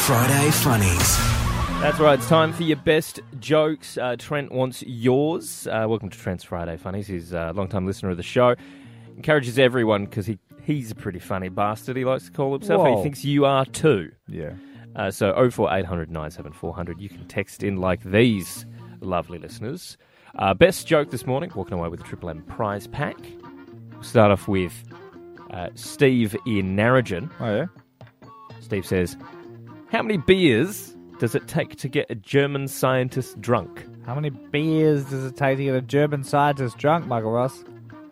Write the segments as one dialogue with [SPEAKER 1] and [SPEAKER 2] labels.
[SPEAKER 1] Friday Funnies.
[SPEAKER 2] That's right. It's time for your best jokes. Uh, Trent wants yours. Uh, welcome to Trent's Friday Funnies. He's a long-time listener of the show. Encourages everyone because he he's a pretty funny bastard. He likes to call himself. He
[SPEAKER 3] Whoa.
[SPEAKER 2] thinks you are too.
[SPEAKER 3] Yeah.
[SPEAKER 2] Uh, so 04800 97400. You can text in like these lovely listeners. Uh, best joke this morning, walking away with a Triple M prize pack. We'll start off with uh, Steve in Narragin.
[SPEAKER 3] Oh yeah.
[SPEAKER 2] Steve says, How many beers does it take to get a German scientist drunk?
[SPEAKER 3] How many beers does it take to get a German scientist drunk, Michael Ross?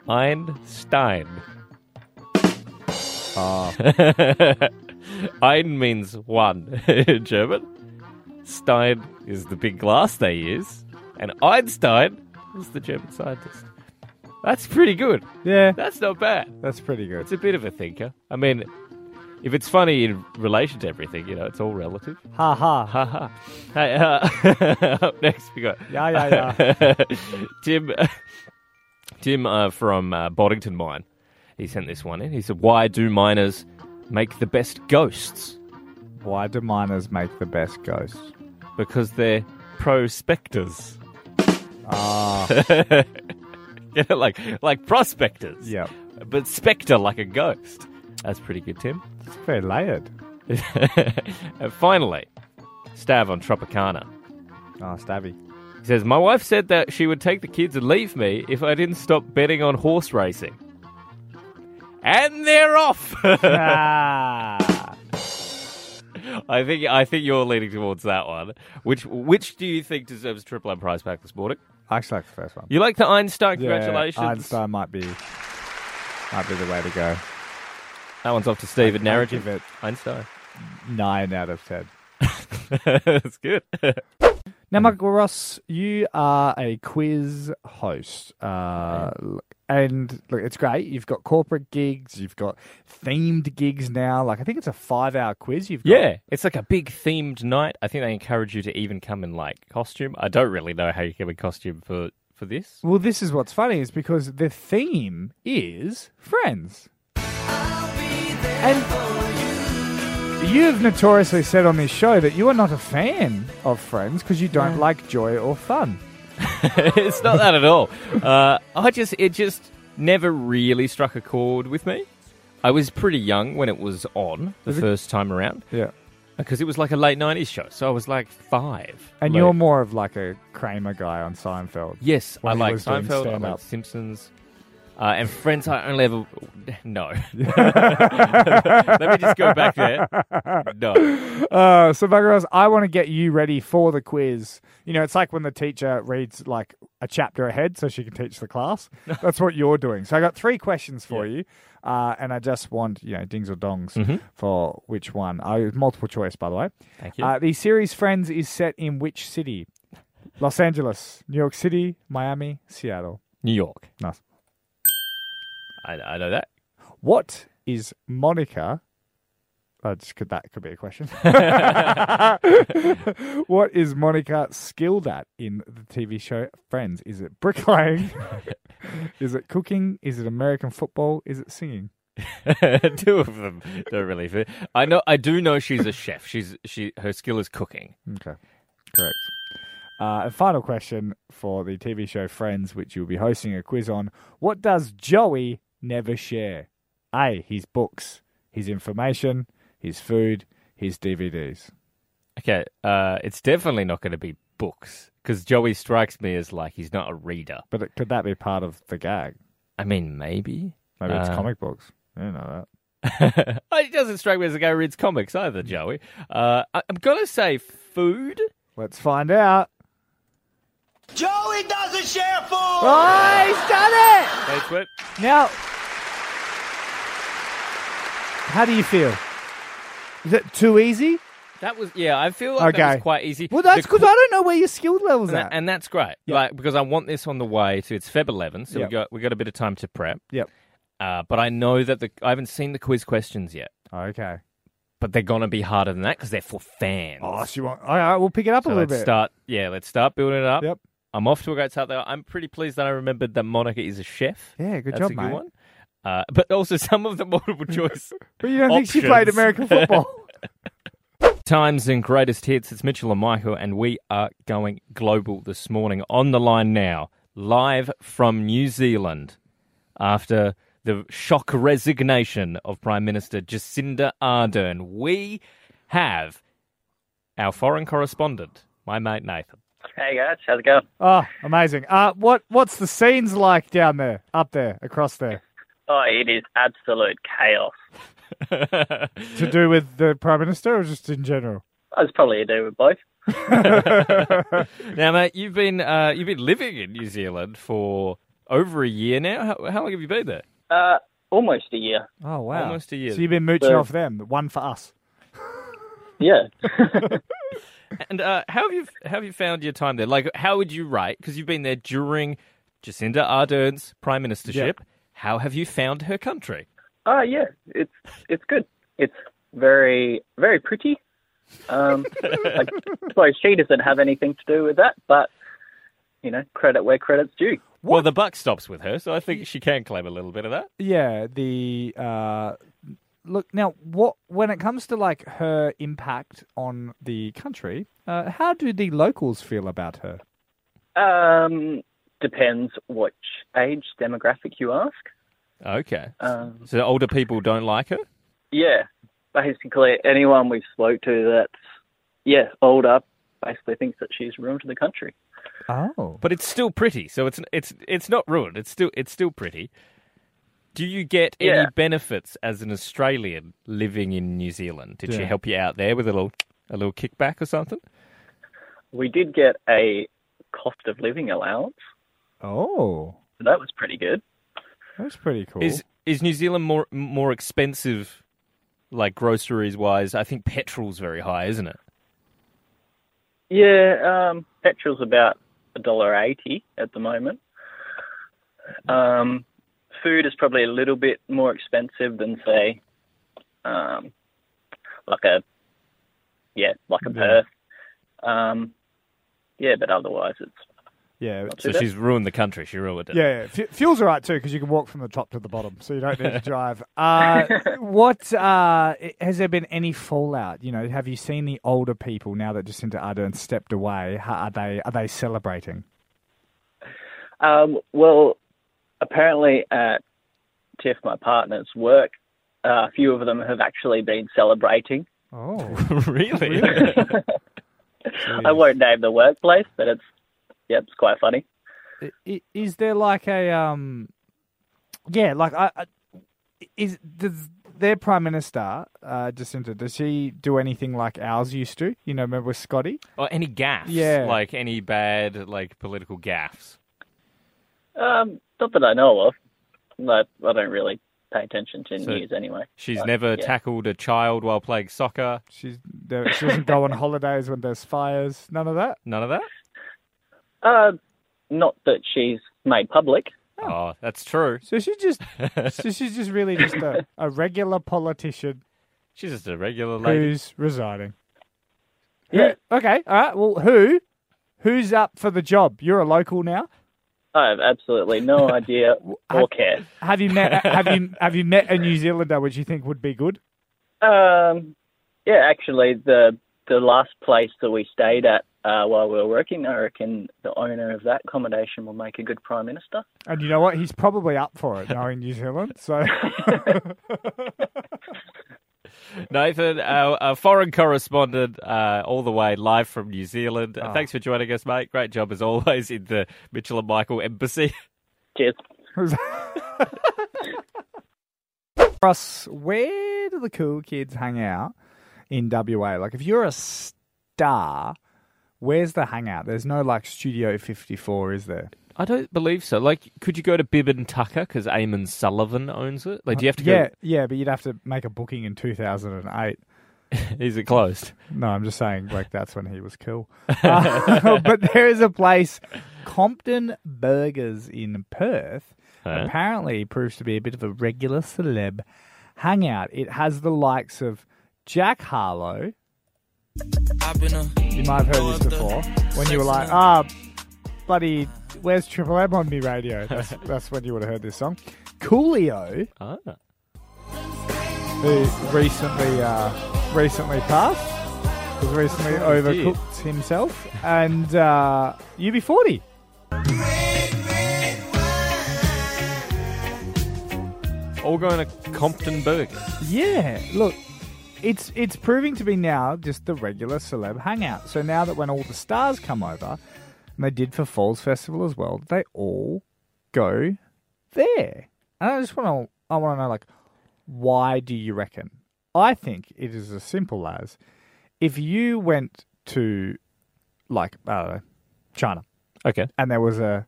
[SPEAKER 2] Einstein.
[SPEAKER 3] Oh,
[SPEAKER 2] Ein means one in German. Stein is the big glass they use. And Einstein is the German scientist. That's pretty good.
[SPEAKER 3] yeah.
[SPEAKER 2] That's not bad.
[SPEAKER 3] That's pretty good.
[SPEAKER 2] It's a bit of a thinker. I mean, if it's funny in relation to everything, you know, it's all relative.
[SPEAKER 3] Ha ha.
[SPEAKER 2] Ha ha. Hey, uh, up next we got
[SPEAKER 3] Yeah, yeah, yeah.
[SPEAKER 2] Tim, Tim uh, from uh, Boddington Mine, he sent this one in. He said, "Why do miners make the best ghosts?
[SPEAKER 3] Why do miners make the best ghosts?
[SPEAKER 2] Because they're prospectors.
[SPEAKER 3] Ah,
[SPEAKER 2] You know, like like prospectors.
[SPEAKER 3] yeah.
[SPEAKER 2] but spectre like a ghost. That's pretty good, Tim.
[SPEAKER 3] It's very layered.
[SPEAKER 2] and finally, Stav on Tropicana."
[SPEAKER 3] Oh, stabby.
[SPEAKER 2] He says, My wife said that she would take the kids and leave me if I didn't stop betting on horse racing. And they're off.
[SPEAKER 3] ah.
[SPEAKER 2] I think I think you're leaning towards that one. Which which do you think deserves triple M prize pack this morning?
[SPEAKER 3] I actually like the first one.
[SPEAKER 2] You like the Einstein?
[SPEAKER 3] Yeah,
[SPEAKER 2] Congratulations.
[SPEAKER 3] Einstein might be might be the way to go.
[SPEAKER 2] That one's off to Steve at
[SPEAKER 3] I'll
[SPEAKER 2] Narrative.
[SPEAKER 3] give it
[SPEAKER 2] Einstein.
[SPEAKER 3] nine out of ten.
[SPEAKER 2] That's good.
[SPEAKER 3] Now,
[SPEAKER 2] Mm-hmm.
[SPEAKER 3] Michael Ross, you are a quiz host, uh, l- and look, it's great. You've got corporate gigs, you've got themed gigs now. Like I think it's a five-hour quiz. You've got.
[SPEAKER 2] yeah. It's like a big themed night. I think they encourage you to even come in like costume. I don't really know how you come in costume for for this.
[SPEAKER 3] Well, this is what's funny is because the theme is friends. And you've notoriously said on this show that you are not a fan of friends because you don't like joy or fun.
[SPEAKER 2] it's not that at all. Uh, I just it just never really struck a chord with me. I was pretty young when it was on the
[SPEAKER 3] Was it-
[SPEAKER 2] first time around
[SPEAKER 3] Yeah.
[SPEAKER 2] because it was like a late '90s show, so I was like five.
[SPEAKER 3] And
[SPEAKER 2] Like-
[SPEAKER 3] you're more of like a Kramer guy on Seinfeld.
[SPEAKER 2] yes, I
[SPEAKER 3] when he
[SPEAKER 2] like
[SPEAKER 3] was doing
[SPEAKER 2] Seinfeld, I
[SPEAKER 3] stand-up.
[SPEAKER 2] like Simpsons, uh, and Friends. I only ever no. Let me just go back there. No,
[SPEAKER 3] Uh, so, Buggeros, I want to get you ready for the quiz. You know, it's like when the teacher reads like a chapter ahead so she can teach the class. That's what you're doing. So, I got three questions for you, uh, and I just want you know dings or dongs
[SPEAKER 2] Hmm.
[SPEAKER 3] for which one. I multiple choice, by the way.
[SPEAKER 2] Mm-hmm. Thank you.
[SPEAKER 3] Uh, the series Friends is set in which city? Los Angeles, New York City, Miami, Seattle.
[SPEAKER 2] New York.
[SPEAKER 3] Nice.
[SPEAKER 2] I, I know that.
[SPEAKER 3] What is Monica? I just could that could be a question. what is Monica skilled at in the TV show Friends? Is it bricklaying? is it cooking? Is it American football? Is it singing?
[SPEAKER 2] Two of them don't really fit. I know. I do know she's a chef. She's she. Her skill is cooking.
[SPEAKER 3] Okay, correct. Uh, and final question for the TV show Friends, which you'll be hosting a quiz on. What does Joey never share? A. His books, his information, his food, his DVDs.
[SPEAKER 2] Okay, uh, it's definitely not going to be books because Joey strikes me as like he's not a reader.
[SPEAKER 3] But it, could that be part of the gag?
[SPEAKER 2] I mean, maybe.
[SPEAKER 3] Maybe it's
[SPEAKER 2] Uh,
[SPEAKER 3] comic books. You know that.
[SPEAKER 2] it doesn't strike me as a guy who reads comics either, Joey. Uh, I, I'm going to say food.
[SPEAKER 3] Let's find out.
[SPEAKER 1] Joey doesn't share food.
[SPEAKER 3] Oh, he's done
[SPEAKER 2] That's what.
[SPEAKER 3] it! Now, how do you feel? Is it too easy?
[SPEAKER 2] That was yeah. I feel like that
[SPEAKER 3] Okay.
[SPEAKER 2] was quite easy.
[SPEAKER 3] Well, that's
[SPEAKER 2] The qu-
[SPEAKER 3] because I don't know where your skill level's
[SPEAKER 2] and, that-
[SPEAKER 3] at.
[SPEAKER 2] and that's great.
[SPEAKER 3] Yeah.
[SPEAKER 2] Like because I want this on the way to it's Feb 11, so
[SPEAKER 3] Yep.
[SPEAKER 2] we got we got a bit of time to prep.
[SPEAKER 3] Yep.
[SPEAKER 2] Uh, but I know that the I haven't seen the quiz questions yet.
[SPEAKER 3] Okay.
[SPEAKER 2] but they're gonna be harder than that because they're for fans.
[SPEAKER 3] Oh, so you want? All right, we'll pick it up a
[SPEAKER 2] so
[SPEAKER 3] little
[SPEAKER 2] let's
[SPEAKER 3] bit.
[SPEAKER 2] start. Yeah, let's start building it up.
[SPEAKER 3] Yep.
[SPEAKER 2] I'm off to a great start there. I'm pretty pleased that I remembered that Monica is a chef.
[SPEAKER 3] Yeah, good
[SPEAKER 2] That's
[SPEAKER 3] job,
[SPEAKER 2] a good
[SPEAKER 3] mate.
[SPEAKER 2] one. Uh, but also some of the multiple choice.
[SPEAKER 3] But you don't think she
[SPEAKER 2] Options.
[SPEAKER 3] played American football?
[SPEAKER 2] Times and greatest hits. It's Mitchell and Michael, and we are going global this morning. On the line now, live from New Zealand, after the shock resignation of Prime Minister Jacinda Ardern, we have our foreign correspondent, my mate Nathan.
[SPEAKER 4] Hey guys, how's it going?
[SPEAKER 3] Oh, amazing. Uh, what what's the scenes like down there, up there, across there,
[SPEAKER 4] Oh, it is absolute chaos.
[SPEAKER 3] to do with the prime minister or just in general?
[SPEAKER 4] I was probably a do with both.
[SPEAKER 2] Now, mate, you've been uh, you've been living in New Zealand for over a year now. How, how long have you been there?
[SPEAKER 4] Uh, almost a year.
[SPEAKER 3] Oh wow,
[SPEAKER 2] Almost a year.
[SPEAKER 3] So you've been mooching
[SPEAKER 4] Yeah.
[SPEAKER 3] off them, one for us.
[SPEAKER 4] Yeah.
[SPEAKER 2] And uh, how have you how have you found your time there? Like, how would you rate? Because you've been there during Jacinda Ardern's prime ministership. How have you found her country?
[SPEAKER 4] Oh yeah, it's it's good. It's very very pretty. Um, I suppose she doesn't have anything to do with that, but you know, credit where credit's due.
[SPEAKER 2] Well, the buck stops with her, so I think she can claim a little bit of that.
[SPEAKER 3] Yeah, the uh, look now. What when it comes to like her impact on the country, uh, how do the locals feel about her?
[SPEAKER 4] Um, depends which age demographic you ask.
[SPEAKER 2] Okay.
[SPEAKER 4] Um,
[SPEAKER 2] so older people don't like her.
[SPEAKER 4] Yeah, basically anyone we've spoke to that's yeah older basically thinks that she's ruined the country.
[SPEAKER 3] Oh,
[SPEAKER 2] but it's still pretty. So it's it's it's not ruined. It's still it's still pretty. Do you get
[SPEAKER 4] Yeah.
[SPEAKER 2] any benefits as an Australian living in New Zealand? Did she
[SPEAKER 3] Yeah.
[SPEAKER 2] help you out there with a little a little kickback or something?
[SPEAKER 4] We did get a cost of living allowance,
[SPEAKER 3] oh,
[SPEAKER 4] so that was pretty good.
[SPEAKER 3] that's pretty cool.
[SPEAKER 2] Is is New Zealand more more expensive, like groceries wise? I think petrol's very high, isn't it?
[SPEAKER 4] Yeah, um, petrol's about a dollar eighty at the moment. Um, food is probably a little bit more expensive than say, um, like a yeah, like a
[SPEAKER 3] Yeah.
[SPEAKER 4] Perth. Um, yeah, but otherwise it's
[SPEAKER 3] yeah,
[SPEAKER 4] not too
[SPEAKER 2] So
[SPEAKER 4] bad.
[SPEAKER 2] she's ruined the country. She ruined it.
[SPEAKER 3] Yeah, yeah. F- fuel's all right too because you can walk from the top to the bottom, so you don't need to drive. Uh, what uh, i- has there been any fallout? You know, have you seen the older people now that Jacinta Ardern stepped away? How, are they are they celebrating?
[SPEAKER 4] Um, well, apparently at Tiff, my partner's work, uh, a few of them have actually been celebrating.
[SPEAKER 3] Oh,
[SPEAKER 2] really?
[SPEAKER 4] I won't name the workplace, but it's yeah, it's quite funny.
[SPEAKER 3] is there like a um, yeah, like I, I is does their prime minister uh, Jacinta does she do anything like ours used to? You know, remember with Scotty?
[SPEAKER 2] or any gaffes?
[SPEAKER 3] Yeah.
[SPEAKER 2] Like any bad like political gaffes?
[SPEAKER 4] Um, not that I know of. Like, I don't really pay attention to
[SPEAKER 2] So-
[SPEAKER 4] news anyway.
[SPEAKER 2] She's never
[SPEAKER 4] yeah.
[SPEAKER 2] tackled a child while playing soccer.
[SPEAKER 3] She's there, she doesn't go on holidays when there's fires. None of that.
[SPEAKER 2] None of that.
[SPEAKER 4] Uh, not that she's made public.
[SPEAKER 2] Oh, that's true.
[SPEAKER 3] So she just, so she's just really just a, a regular politician
[SPEAKER 2] She's just a regular lady.
[SPEAKER 3] who's resigning.
[SPEAKER 4] Yeah.
[SPEAKER 3] Who- okay. All right. Well, who, who's up for the job? You're a local now.
[SPEAKER 4] I have absolutely no idea or care.
[SPEAKER 3] Have you met? have you have you met a New Zealander which you think would be good?
[SPEAKER 4] Um, yeah, actually, the the last place that we stayed at uh, while we were working, I reckon the owner of that accommodation will make a good prime minister.
[SPEAKER 3] And you know what? He's probably up for it knowing New Zealand. So
[SPEAKER 2] Nathan, our, our foreign correspondent, uh, all the way live from New Zealand. Uh, Thanks for joining us, mate. Great job as always in the Mitchell and Michael embassy.
[SPEAKER 4] Cheers.
[SPEAKER 3] Ross, where do the cool kids hang out in WA? Like, if you're a star, where's the hangout? There's no like Studio 54, is there?
[SPEAKER 2] I don't believe so. Like, could you go to Bibb and Tucker because Eamon Sullivan owns it? Like, do you have to
[SPEAKER 3] Yeah, yeah, but you'd have to make a booking in 2008.
[SPEAKER 2] go? Is it closed?
[SPEAKER 3] No, I'm just saying, like, that's when he was cool. Uh, but there is a place, Compton Burgers in Perth,
[SPEAKER 2] Huh?
[SPEAKER 3] apparently proves to be a bit of a regular celeb hangout. It has the likes of Jack Harlow. You might have heard this before. When you were like, ah, bloody, where's Triple M on me radio? That's, that's when you would have heard this song. Coolio
[SPEAKER 2] Ah.
[SPEAKER 3] who recently uh, recently passed. was recently
[SPEAKER 2] Oh, dear.
[SPEAKER 3] overcooked himself, and uh, UB40.
[SPEAKER 2] All going to Compton Burger.
[SPEAKER 3] Yeah, look, it's it's proving to be now just the regular celeb hangout. So now that when all the stars come over, and they did for Falls Festival as well, they all go there. And I just want to I want to know like why do you reckon? I think it is as simple as if you went to like I don't know, China
[SPEAKER 2] Okay.
[SPEAKER 3] and there was a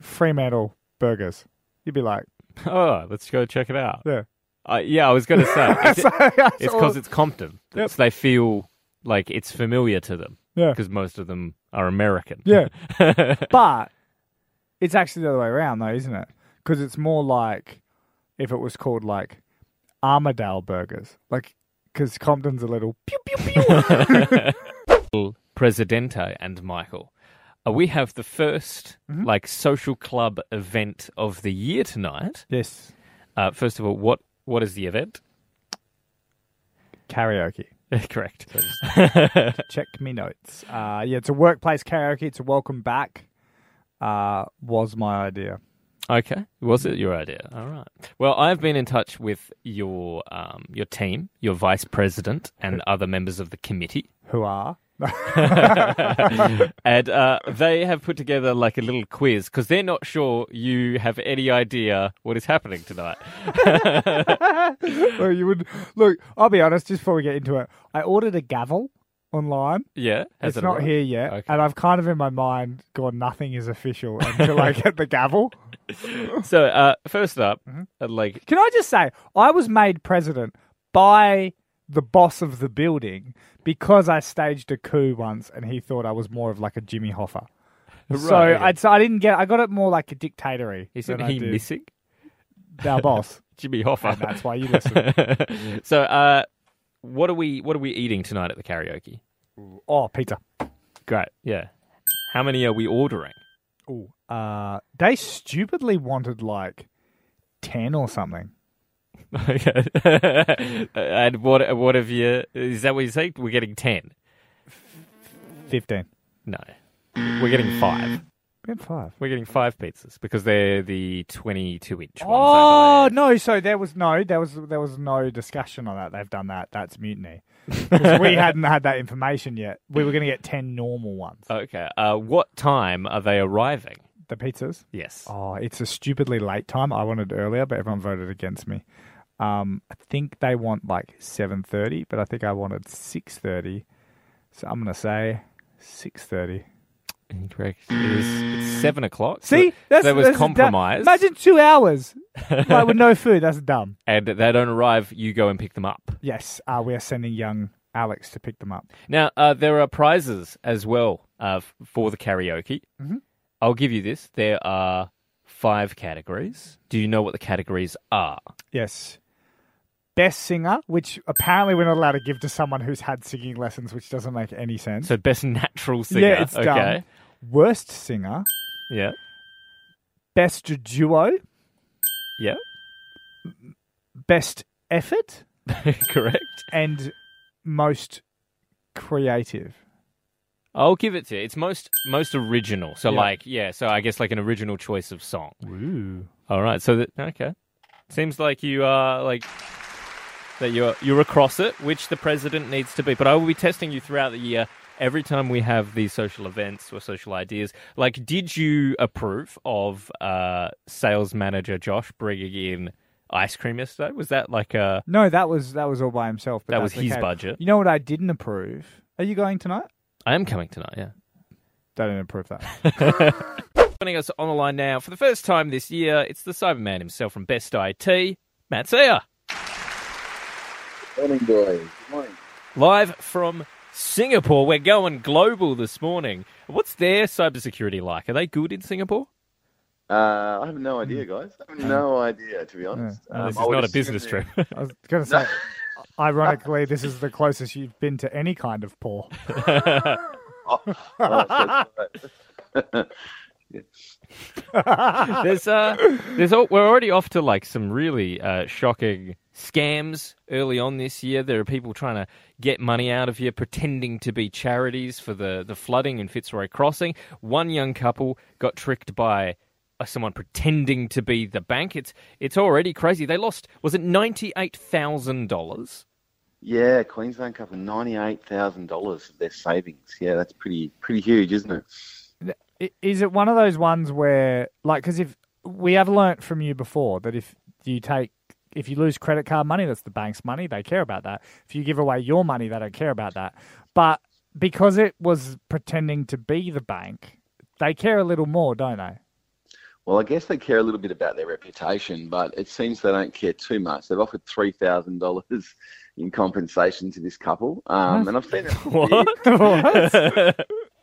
[SPEAKER 3] Fremantle burgers, you'd be like,
[SPEAKER 2] Oh, let's go check it out.
[SPEAKER 3] yeah.
[SPEAKER 2] Uh, yeah, I was going to say. Is it- it's because it's Compton.
[SPEAKER 3] Yep.
[SPEAKER 2] So they feel like it's familiar to them
[SPEAKER 3] yeah.
[SPEAKER 2] because most of them are American.
[SPEAKER 3] Yeah. but it's actually the other way around, though, isn't it? Because it's more like if it was called like Armadale burgers, like because Compton's a little pew pew pew.
[SPEAKER 2] Presidente and Michael. Uh, we have the 1st like social club event of the year tonight.
[SPEAKER 3] yes,
[SPEAKER 2] Uh, first of all, what what is the event?
[SPEAKER 3] karaoke.
[SPEAKER 2] Correct.
[SPEAKER 3] Check me notes. Uh, yeah, it's a workplace karaoke. It's a welcome back. Uh, was my idea.
[SPEAKER 2] Okay. Was it your idea? All right. Well, I've been in touch with your um, your team, your vice president, and other members of the committee.
[SPEAKER 3] Who are?
[SPEAKER 2] and uh, they have put together like a little quiz because they're not sure you have any idea what is happening tonight.
[SPEAKER 3] Well, you would look. I'll be honest. Just before we get into it, I ordered a gavel online.
[SPEAKER 2] Yeah, has
[SPEAKER 3] it's
[SPEAKER 2] it
[SPEAKER 3] not
[SPEAKER 2] arrived?
[SPEAKER 3] here yet,
[SPEAKER 2] Okay.
[SPEAKER 3] and I've kind of in my mind gone. Nothing is official until I get the gavel.
[SPEAKER 2] So uh, first up,
[SPEAKER 3] Mm-hmm.
[SPEAKER 2] uh, like
[SPEAKER 3] Can I just say, I was made president by the boss of the building because I staged a coup once, and he thought I was more of like a Jimmy Hoffa. so
[SPEAKER 2] Right, okay.
[SPEAKER 3] I'd, so I didn't get. I got it more like a dictatory.
[SPEAKER 2] isn't
[SPEAKER 3] than I
[SPEAKER 2] he
[SPEAKER 3] did
[SPEAKER 2] missing?
[SPEAKER 3] Our boss.
[SPEAKER 2] Jimmy Hoffa.
[SPEAKER 3] And that's why you listen.
[SPEAKER 2] so uh, what are we what are we eating tonight at the karaoke?
[SPEAKER 3] oh, pizza.
[SPEAKER 2] Great. Yeah. How many are we ordering?
[SPEAKER 3] Oh, uh, they stupidly wanted like ten or something.
[SPEAKER 2] Okay. and what what have you? Is that what you say? We're getting ten.
[SPEAKER 3] Fifteen.
[SPEAKER 2] No, we're getting five.
[SPEAKER 3] We had five.
[SPEAKER 2] We're getting five pizzas because they're the twenty-two inch ones.
[SPEAKER 3] Oh
[SPEAKER 2] I believe.
[SPEAKER 3] no! So there was no, there was there was no discussion on that. They've done that. That's mutiny. 'Cause we hadn't had that information yet. We were going to get ten normal ones.
[SPEAKER 2] Okay. Uh, what time are they arriving?
[SPEAKER 3] The pizzas.
[SPEAKER 2] Yes.
[SPEAKER 3] Oh, it's a stupidly late time. I wanted earlier, but everyone voted against me. Um, I think they want like seven thirty, but I think I wanted six thirty. So I'm going to say six thirty.
[SPEAKER 2] Incorrect. It is it's seven o'clock. so-
[SPEAKER 3] See,
[SPEAKER 2] so
[SPEAKER 3] that's
[SPEAKER 2] there was
[SPEAKER 3] that's dumb.
[SPEAKER 2] compromise,
[SPEAKER 3] Imagine two hours like with no food. That's dumb.
[SPEAKER 2] and they don't arrive. You go and pick them up.
[SPEAKER 3] Yes, uh, we are sending young Alex to pick them up.
[SPEAKER 2] Now uh, there are prizes as well uh, f- for the karaoke.
[SPEAKER 3] Mm-hmm.
[SPEAKER 2] I'll give you this. There are five categories. Do you know what the categories are?
[SPEAKER 3] Yes. Best singer, which apparently we're not allowed to give to someone who's had singing lessons, which doesn't make any sense.
[SPEAKER 2] So best natural singer.
[SPEAKER 3] yeah, it's
[SPEAKER 2] okay.
[SPEAKER 3] dumb. Worst singer,
[SPEAKER 2] Yeah.
[SPEAKER 3] best duo,
[SPEAKER 2] Yeah.
[SPEAKER 3] best effort,
[SPEAKER 2] Correct.
[SPEAKER 3] and most creative.
[SPEAKER 2] I'll give it to you. It's most most original. So
[SPEAKER 3] Yeah.
[SPEAKER 2] like yeah. So I guess like an original choice of song.
[SPEAKER 3] Ooh.
[SPEAKER 2] All right. So that okay. Seems like you are like that you're you're across it, which the president needs to be. But I will be testing you throughout the year. Every time we have these social events or social ideas, like, did you approve of uh, sales manager Josh bringing in ice cream yesterday? Was that like a
[SPEAKER 3] No, that was that was all by himself. But
[SPEAKER 2] That
[SPEAKER 3] that's
[SPEAKER 2] was his
[SPEAKER 3] okay.
[SPEAKER 2] budget.
[SPEAKER 3] You know what I didn't approve? Are you going tonight?
[SPEAKER 2] I am coming tonight? Yeah.
[SPEAKER 3] I didn't approve that.
[SPEAKER 2] Joining us on the line now for the first time this year, it's the Cyberman himself from Best IT, Matt Sayer,
[SPEAKER 5] Morning, boys. Good morning.
[SPEAKER 2] live from Singapore. We're going global this morning. What's their cybersecurity like? Are they good in Singapore?
[SPEAKER 5] Uh, I have no idea, guys. I have no idea, to be honest. Um,
[SPEAKER 2] this
[SPEAKER 5] I
[SPEAKER 2] is
[SPEAKER 5] would
[SPEAKER 2] not a
[SPEAKER 5] assume
[SPEAKER 2] business
[SPEAKER 5] that-
[SPEAKER 2] trip.
[SPEAKER 3] I was going to say, ironically, this is the closest you've been to any kind of poor.
[SPEAKER 5] Oh, that's right.
[SPEAKER 2] there's, uh, there's all, we're already off to like some really uh, shocking scams early on this year. There are people trying to get money out of you, pretending to be charities for the, the flooding in Fitzroy Crossing. One young couple got tricked by uh, someone pretending to be the bank. It's it's already crazy. They lost was it ninety eight thousand dollars?
[SPEAKER 5] Yeah, Queensland couple, ninety-eight thousand dollars of their savings. Yeah, that's pretty pretty huge, isn't it?
[SPEAKER 3] I- Is it one of those ones where, like, because if we have learnt from you before that if you take, if you lose credit card money, that's the bank's money. They care about that. If you give away your money, they don't care about that. But because it was pretending to be the bank, they care a little more, don't they?
[SPEAKER 5] Well, I guess they care a little bit about their reputation, but it seems they don't care too much. They've offered three thousand dollars in compensation to this couple, um, and I've seen it.
[SPEAKER 2] What?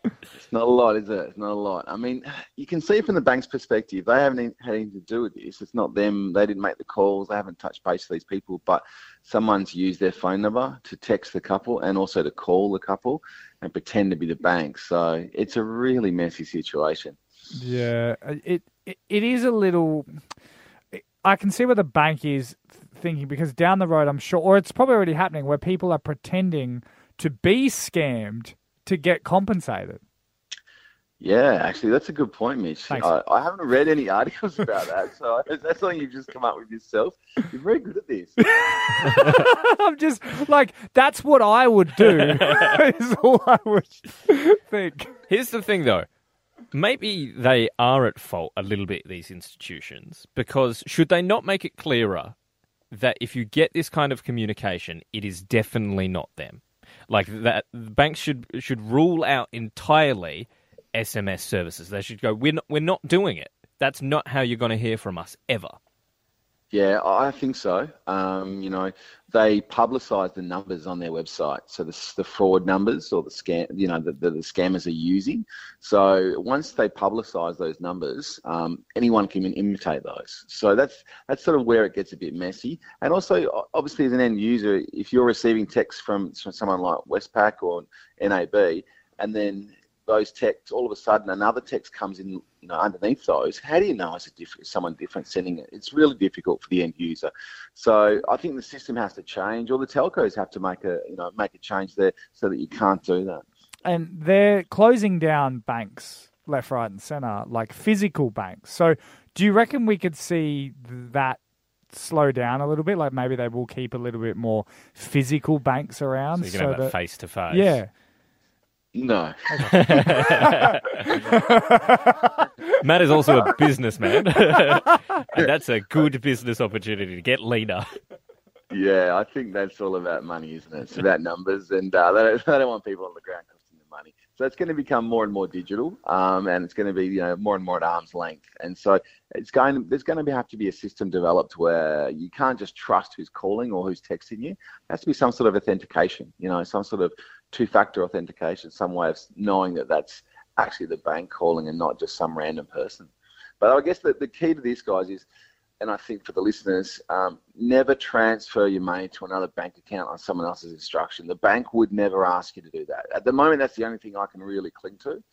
[SPEAKER 5] It's not a lot, is it? It's not a lot. I mean, you can see from the bank's perspective, they haven't even had anything to do with this. It's not them. They didn't make the calls. They haven't touched base with these people, but someone's used their phone number to text the couple and also to call the couple and pretend to be the bank. So it's a really messy situation.
[SPEAKER 3] Yeah, uh, it, it it is a little. I can see where the bank is thinking because down the road, I'm sure, or it's probably already happening, where people are pretending to be scammed to get compensated.
[SPEAKER 5] Yeah, actually, that's a good point, Mitch.
[SPEAKER 3] Thanks.
[SPEAKER 5] I, I haven't read any articles about that, so is that something you've just come up with yourself? You're very good at this.
[SPEAKER 3] I'm just like that's what I would do. is all I would think.
[SPEAKER 2] Here's the thing, though. Maybe they are at fault a little bit, these institutions, because should they not make it clearer that if you get this kind of communication, it is definitely not them? Like that, the banks should should rule out entirely SMS services. They should go, we're not, we're not doing it. That's not how you're going to hear from us ever.
[SPEAKER 5] Yeah, I think so. Um, you know, they publicise the numbers on their website, so the, the fraud numbers or the scam, you know, that the, the scammers are using. So once they publicise those numbers, um, anyone can imitate those. So that's that's sort of where it gets a bit messy. And also, o- obviously, as an end user, if you're receiving texts from, from someone like Westpac or NAB, and then those texts, all of a sudden another text comes in, you know, underneath those. How do you know it's a diff- someone different sending it? It's really difficult for the end user. So I think the system has to change, or the telcos have to make a, you know, make a change there so that you can't do that.
[SPEAKER 3] and they're closing down banks left, right, and center, like physical banks. So, do you reckon we could see that slow down a little bit? Like maybe they will keep a little bit more physical banks around.
[SPEAKER 2] So you can have that
[SPEAKER 3] that-
[SPEAKER 2] face to face.
[SPEAKER 3] yeah,
[SPEAKER 5] No.
[SPEAKER 2] Matt is also a businessman, and that's a good business opportunity to get leaner.
[SPEAKER 5] Yeah, I think that's all about money, isn't it? It's about numbers, and uh, they, don't, they don't want people on the ground costing them money. So it's going to become more and more digital, um, and it's going to be you know more and more at arm's length. And so it's going there's going to be, have to be a system developed where you can't just trust who's calling or who's texting you. There has to be some sort of authentication, you know, some sort of two-factor authentication, some way of s- knowing that that's actually the bank calling and not just some random person. But I guess the, the key to this, guys, is and I think for the listeners, um, never transfer your money to another bank account on someone else's instruction. The bank would never ask you to do that. At the moment, that's the only thing I can really cling to,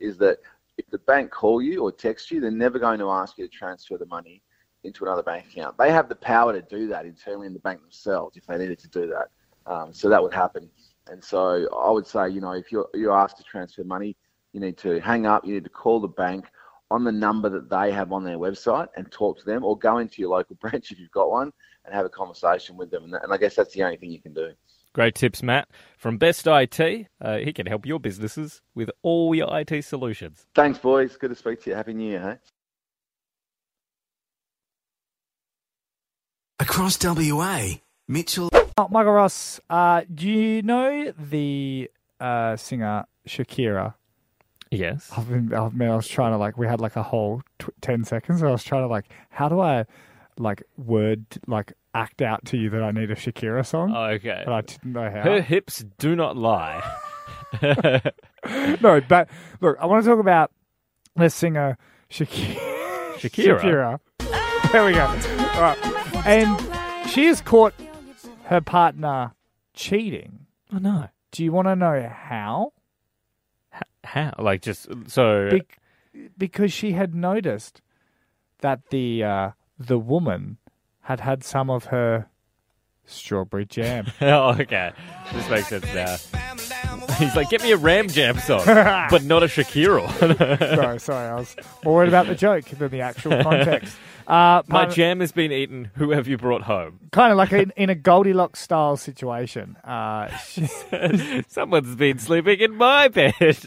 [SPEAKER 5] is that if the bank call you or text you, they're never going to ask you to transfer the money into another bank account. They have the power to do that internally in the bank themselves if they needed to do that. Um, so that would happen. And so I would say, you know, if you're you're asked to transfer money, you need to hang up. You need to call the bank on the number that they have on their website and talk to them, or go into your local branch if you've got one and have a conversation with them. And, that, and I guess that's the only thing you can do.
[SPEAKER 2] Great tips, Matt. From Best IT, uh, he can help your businesses with all your IT solutions.
[SPEAKER 5] Thanks, boys. Good to speak to you. Happy New Year, hey?
[SPEAKER 1] Across WA, Mitchell.
[SPEAKER 3] Oh, Michael Ross, uh, do you know the uh, singer Shakira?
[SPEAKER 2] Yes.
[SPEAKER 3] I've been, I've been, I was trying to like, we had like a whole tw- 10 seconds and I was trying to like, how do I like word, like act out to you that I need a Shakira song?
[SPEAKER 2] Okay.
[SPEAKER 3] but I didn't know how.
[SPEAKER 2] Her hips do not lie.
[SPEAKER 3] no, but look, I want to talk about the singer Shakira.
[SPEAKER 2] Shakira?
[SPEAKER 3] Shakira. There we go. All right. And she has caught her partner cheating.
[SPEAKER 2] oh no.
[SPEAKER 3] Do you want to know how?
[SPEAKER 2] How? Like just so
[SPEAKER 3] Be- because she had noticed that the uh, the woman had had some of her Strawberry jam.
[SPEAKER 2] oh, okay. This makes sense now. uh, He's like, get me a Ram Jam song, but not a Shakira.
[SPEAKER 3] sorry, sorry. I was more worried about the joke than the actual context. Uh,
[SPEAKER 2] My jam has been eaten. Who have you brought home?
[SPEAKER 3] kind of like in, in a Goldilocks style situation. Uh, she-
[SPEAKER 2] Someone's been sleeping in my bed.
[SPEAKER 3] yeah.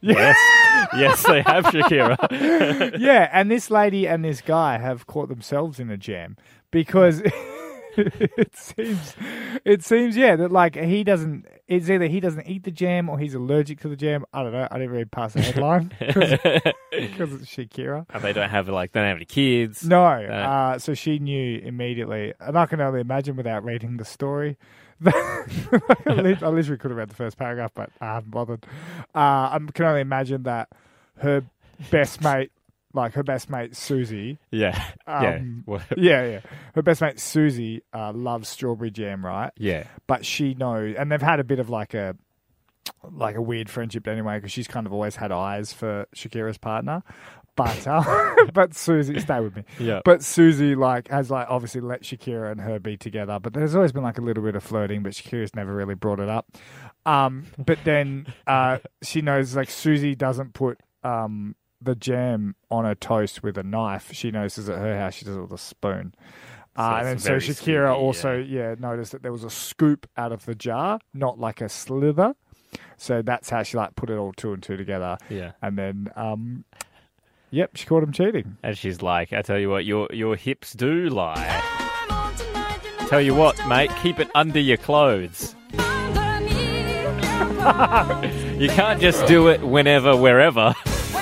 [SPEAKER 3] Yeah.
[SPEAKER 2] Yes, yes, they have Shakira.
[SPEAKER 3] yeah, and this lady and this guy have caught themselves in a jam because it seems it seems yeah that like he doesn't it's either he doesn't eat the jam or he's allergic to the jam. I don't know. I didn't really pass the headline because it's Shakira.
[SPEAKER 2] And they don't have like they don't have any kids.
[SPEAKER 3] No, uh, so she knew immediately, and I can only imagine without reading the story. I lit- I literally could have read the first paragraph, but I haven't bothered. Uh, I can only imagine that her best mate, like her best mate Susie,
[SPEAKER 2] Yeah,
[SPEAKER 3] Um,
[SPEAKER 2] yeah, What-
[SPEAKER 3] yeah, yeah, her best mate Susie uh, loves strawberry jam, right?
[SPEAKER 2] yeah.
[SPEAKER 3] but she knows, and they've had a bit of like a like a weird friendship anyway, because she's kind of always had eyes for Shakira's partner. But uh, but Susie, stay with me.
[SPEAKER 2] Yeah.
[SPEAKER 3] But Susie like has like obviously let Shakira and her be together, but there's always been like a little bit of flirting, but Shakira's never really brought it up. Um, but then uh, she knows like Susie doesn't put um the jam on her toast with a knife. She notices at her house she does it with a spoon. Uh, and then
[SPEAKER 2] it's
[SPEAKER 3] so
[SPEAKER 2] very
[SPEAKER 3] Shakira
[SPEAKER 2] scoopy,
[SPEAKER 3] also yeah. noticed that there was a scoop out of the jar, not like a slither. So that's how she like put it all two and two together.
[SPEAKER 2] Yeah.
[SPEAKER 3] And then um yep, she caught him cheating.
[SPEAKER 2] And she's like, I tell you what, your your hips do lie. Tell you what, mate, keep it under your clothes. You can't just do it whenever, wherever.
[SPEAKER 6] Well,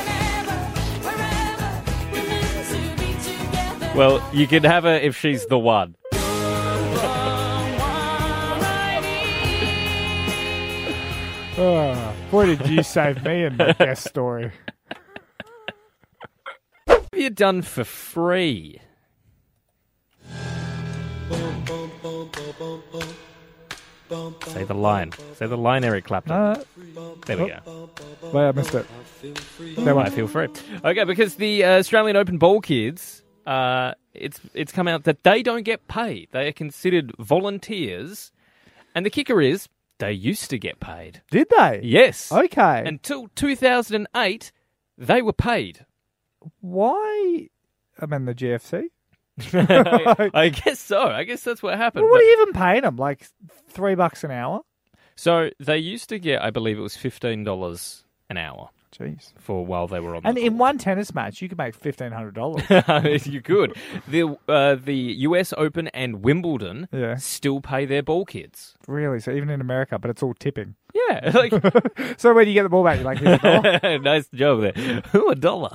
[SPEAKER 2] Well, you can have her if she's the one.
[SPEAKER 3] Oh, boy did you save me in that guest story.
[SPEAKER 2] What have you done for free? Say the line. Say the line, Eric Clapton.
[SPEAKER 3] Uh,
[SPEAKER 2] there we go.
[SPEAKER 3] wait, I missed it. No
[SPEAKER 2] I feel free. Okay, because the uh, Australian Open Bowl kids, uh, it's it's come out that they don't get paid. They are considered volunteers, and the kicker is they used to get paid.
[SPEAKER 3] Did they?
[SPEAKER 2] Yes.
[SPEAKER 3] Okay.
[SPEAKER 2] Until 2008, they were paid.
[SPEAKER 3] why I'm in the GFC?
[SPEAKER 2] I, I guess so. I guess that's what happened.
[SPEAKER 3] Well, what
[SPEAKER 2] But-
[SPEAKER 3] are you even paying them? Like three bucks an hour?
[SPEAKER 2] So they used to get, I believe it was fifteen dollars an hour
[SPEAKER 3] Jeez.
[SPEAKER 2] for while they were on.
[SPEAKER 3] And
[SPEAKER 2] the
[SPEAKER 3] in one tennis match, you could make fifteen hundred dollars.
[SPEAKER 2] court. you could the uh, the U.S. Open and Wimbledon
[SPEAKER 3] Yeah.
[SPEAKER 2] still pay their ball kids.
[SPEAKER 3] really? So even in America, but it's all tipping.
[SPEAKER 2] Yeah, like
[SPEAKER 3] So when you get the ball back, you're like, here's a dollar.
[SPEAKER 2] nice job there. Ooh, a dollar.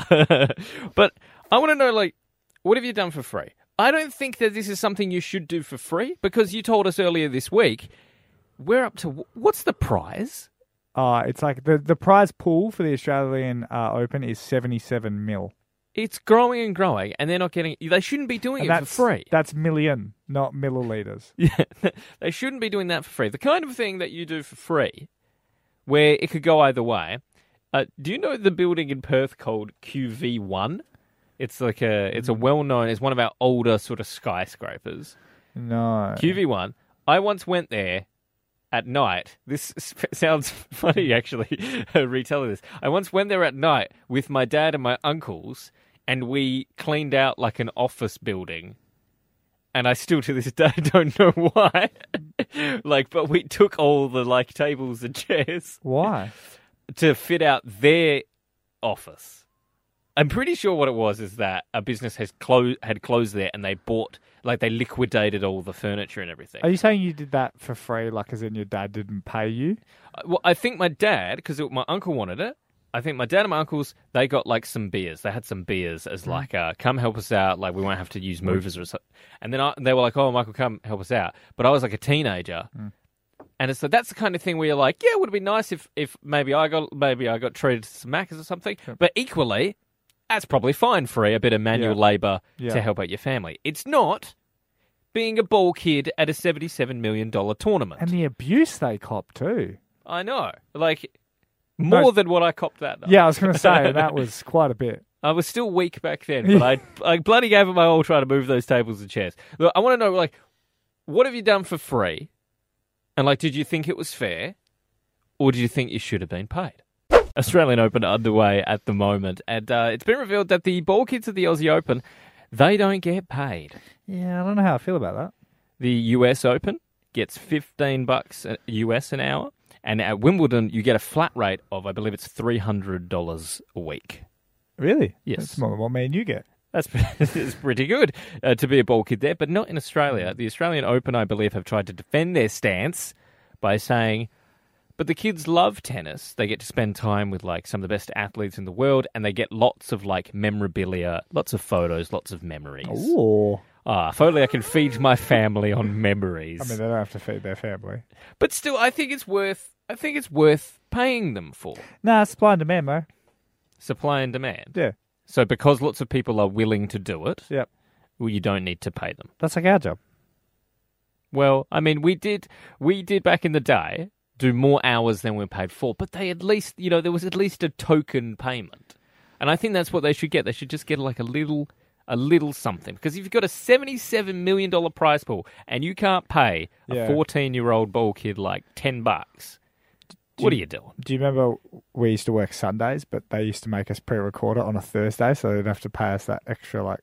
[SPEAKER 2] but I want to know, like, what have you done for free? I don't think that this is something you should do for free because you told us earlier this week we're up to what's the prize?
[SPEAKER 3] Uh, it's like the, the prize pool for the Australian uh, Open is 77 mil.
[SPEAKER 2] It's growing and growing, and they're not getting. They shouldn't be doing
[SPEAKER 3] And
[SPEAKER 2] it Oh, for
[SPEAKER 3] that's
[SPEAKER 2] free.
[SPEAKER 3] That's million, not milliliters.
[SPEAKER 2] Yeah, they shouldn't be doing that for free. The kind of thing that you do for free, where it could go either way. Uh, do you know the building in Perth called QV1? It's like a it's a well known. It's one of our older sort of skyscrapers.
[SPEAKER 3] No.
[SPEAKER 2] QV1. I once went there at night. This sp- sounds funny, actually, retelling this. I once went there at night with my dad and my uncles, and we cleaned out like an office building. And I still to this day don't know why. like, but we took all the like tables and chairs
[SPEAKER 3] Why?
[SPEAKER 2] to fit out their office. I'm pretty sure what it was is that a business has clo- had closed there and they bought, like, they liquidated all the furniture and everything.
[SPEAKER 3] Are you saying you did that for free, like as in your dad didn't pay you?
[SPEAKER 2] Uh, Well, I think my dad, because my uncle wanted it. I think my dad and my uncles they got like some beers. They had some beers as
[SPEAKER 3] Hmm.
[SPEAKER 2] like, uh, "Come help us out." Like we won't have to use movers or something. And then I, they were like, "Oh, Michael, come help us out." But I was like a teenager,
[SPEAKER 3] Hmm.
[SPEAKER 2] and it's like that's the kind of thing where you're like, "Yeah, it would be nice if if maybe I got maybe I got treated to some macas or something." But equally, that's probably fine free a bit of manual
[SPEAKER 3] Yeah.
[SPEAKER 2] labor
[SPEAKER 3] Yeah.
[SPEAKER 2] to help out your family. It's not being a ball kid at a seventy-seven million dollar tournament.
[SPEAKER 3] And the abuse they cop too.
[SPEAKER 2] I know. Like more
[SPEAKER 3] No.
[SPEAKER 2] than what I copped that night.
[SPEAKER 3] Yeah, I was going to say that was quite a bit.
[SPEAKER 2] I was still weak back then, but I I bloody gave it my all trying to move those tables and chairs. Look, I want to know like what have you done for free? And like, did you think it was fair, or do you think you should have been paid? Australian Open underway at the moment, and uh, it's been revealed that the ball kids at the Aussie Open they don't get paid.
[SPEAKER 3] Yeah, I don't know how I feel about that.
[SPEAKER 2] The US Open gets fifteen bucks a- US an hour, and at Wimbledon you get a flat rate of I believe it's three hundred dollars a week.
[SPEAKER 3] Really?
[SPEAKER 2] Yes.
[SPEAKER 3] That's more than what me and you get.
[SPEAKER 2] That's, that's pretty good uh, to be a ball kid there, but not in Australia.
[SPEAKER 3] Mm.
[SPEAKER 2] The Australian Open, I believe, have tried to defend their stance by saying, but the kids love tennis. They get to spend time with like some of the best athletes in the world, and they get lots of like memorabilia, lots of photos, lots of memories.
[SPEAKER 3] Ooh.
[SPEAKER 2] Ah, if only I can feed my family on memories.
[SPEAKER 3] I mean, they don't have to feed their family.
[SPEAKER 2] but still, I think it's worth. I think it's worth paying them for
[SPEAKER 3] Nah, supply and demand, though.
[SPEAKER 2] supply and demand.
[SPEAKER 3] Yeah.
[SPEAKER 2] So because lots of people are willing to do it,
[SPEAKER 3] Yep.
[SPEAKER 2] well, you don't need to pay them.
[SPEAKER 3] That's like our job.
[SPEAKER 2] Well, I mean, we did we did back in the day do more hours than we were paid for, but they at least you know there was at least a token payment, and I think that's what they should get. They should just get like a little a little something because if you've got a seventy seven million dollar prize pool and you can't pay
[SPEAKER 3] Yeah.
[SPEAKER 2] a fourteen year old ball kid like ten bucks, what are you doing?
[SPEAKER 3] Do you remember we used to work Sundays, but they used to make us pre-record it on a Thursday, so they didn't have to pay us that extra. Like,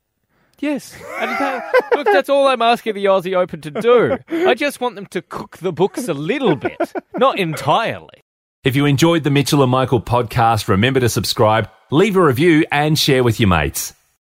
[SPEAKER 2] Yes, and that, look, that's all I'm asking the Aussie Open to do. I just want them to cook the books a little bit, not entirely.
[SPEAKER 6] If you enjoyed the Mitchell and Michael podcast, remember to subscribe, leave a review, and share with your mates.